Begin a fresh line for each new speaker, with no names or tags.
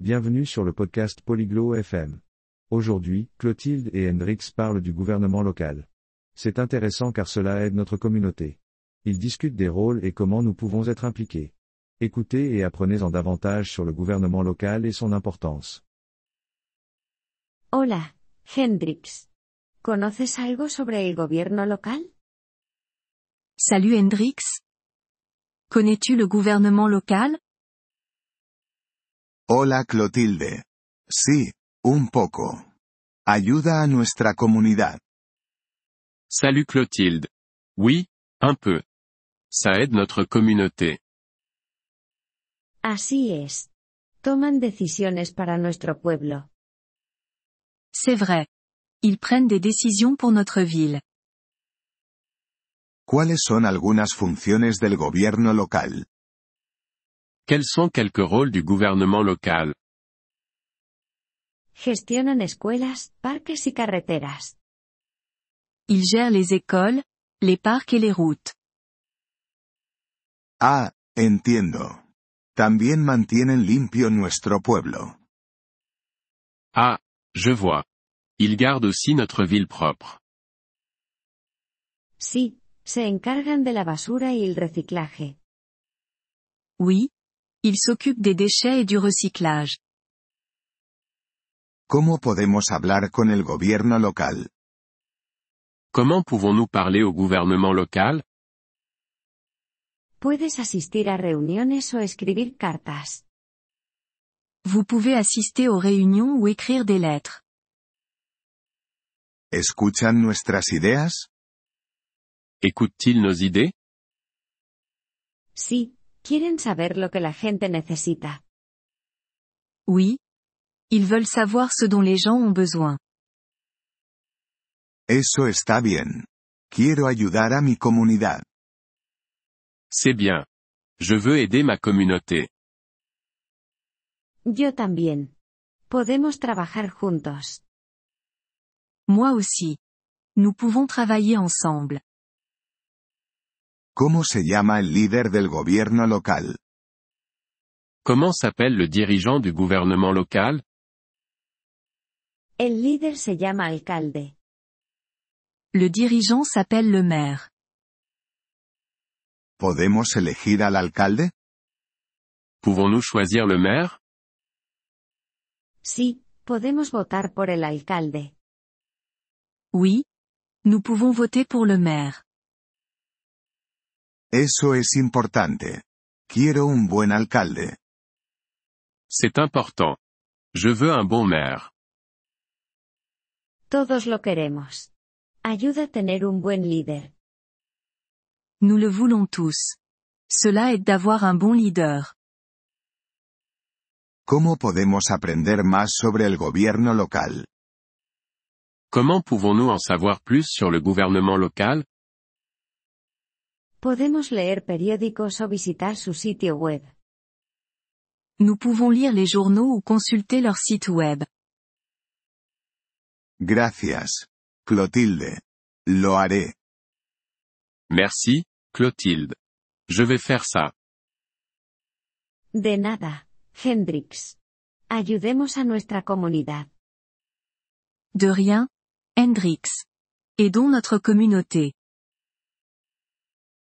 Bienvenue sur le podcast Polyglot FM. Aujourd'hui, Clotilde et Hendrix parlent du gouvernement local. C'est intéressant car cela aide notre communauté. Ils discutent des rôles et comment nous pouvons être impliqués. Écoutez et apprenez-en davantage sur le gouvernement local et son importance.
Hola, Hendrix. ¿Conoces algo sobre el gobierno local?
Salut Hendrix. Connais-tu le gouvernement local
Hola Clotilde. Sí, un poco. Ayuda a nuestra comunidad.
Salut Clotilde. Oui, un peu. Ça aide notre communauté.
Así es. Toman decisiones para nuestro pueblo.
C'est vrai. Ils prennent des décisions pour notre ville.
¿Cuáles son algunas funciones del gobierno local?
Quels sont quelques rôles du gouvernement local
Gestionan escuelas, parques y carreteras.
Ils gèrent les écoles, les parcs et les routes.
Ah, entiendo. También mantienen limpio nuestro pueblo.
Ah, je vois. Ils gardent aussi notre ville propre.
Sí, se encargan de la basura y el reciclaje.
Oui. Ils s'occupent des déchets et du recyclage.
¿Cómo podemos hablar con el gobierno local?
Comment pouvons-nous parler au gouvernement local
Puedes asistir a reuniones o escribir cartas.
Vous pouvez assister aux réunions ou écrire des lettres.
¿Escuchan nuestras ideas?
Écoutent-ils nos idées
Sí, quieren saber lo que la gente necesita.
Oui. Ils veulent savoir ce dont les gens ont besoin.
Eso está bien. Quiero ayudar a mi comunidad.
C'est bien. Je veux aider ma communauté.
Yo también. Podemos trabajar juntos.
Moi aussi. Nous pouvons travailler ensemble.
¿Cómo se llama el líder del gobierno local?
Comment s'appelle le dirigeant du gouvernement local
El líder se llama alcalde.
Le dirigeant s'appelle le maire.
¿Podemos elegir al alcalde?
Pouvons-nous choisir le maire
Sí, podemos votar por el alcalde.
Oui. Nous pouvons voter pour le maire.
Eso es importante. Quiero un buen alcalde.
C'est important. Je veux un bon maire.
Todos lo queremos. Ayuda a tener un buen líder.
Nous le voulons tous. Cela aide d'avoir un bon leader.
¿Cómo podemos aprender más sobre el gobierno local?
Comment pouvons-nous en savoir plus sur le gouvernement local
Podemos leer periódicos o visitar su sitio web.
Nous pouvons lire les journaux ou consulter leur site web.
Gracias. Clotilde. Lo haré.
Merci, Clotilde. Je vais faire ça.
De nada, Hendrix. Ayudemos a nuestra comunidad.
De rien. Hendrix. Aidons notre communauté.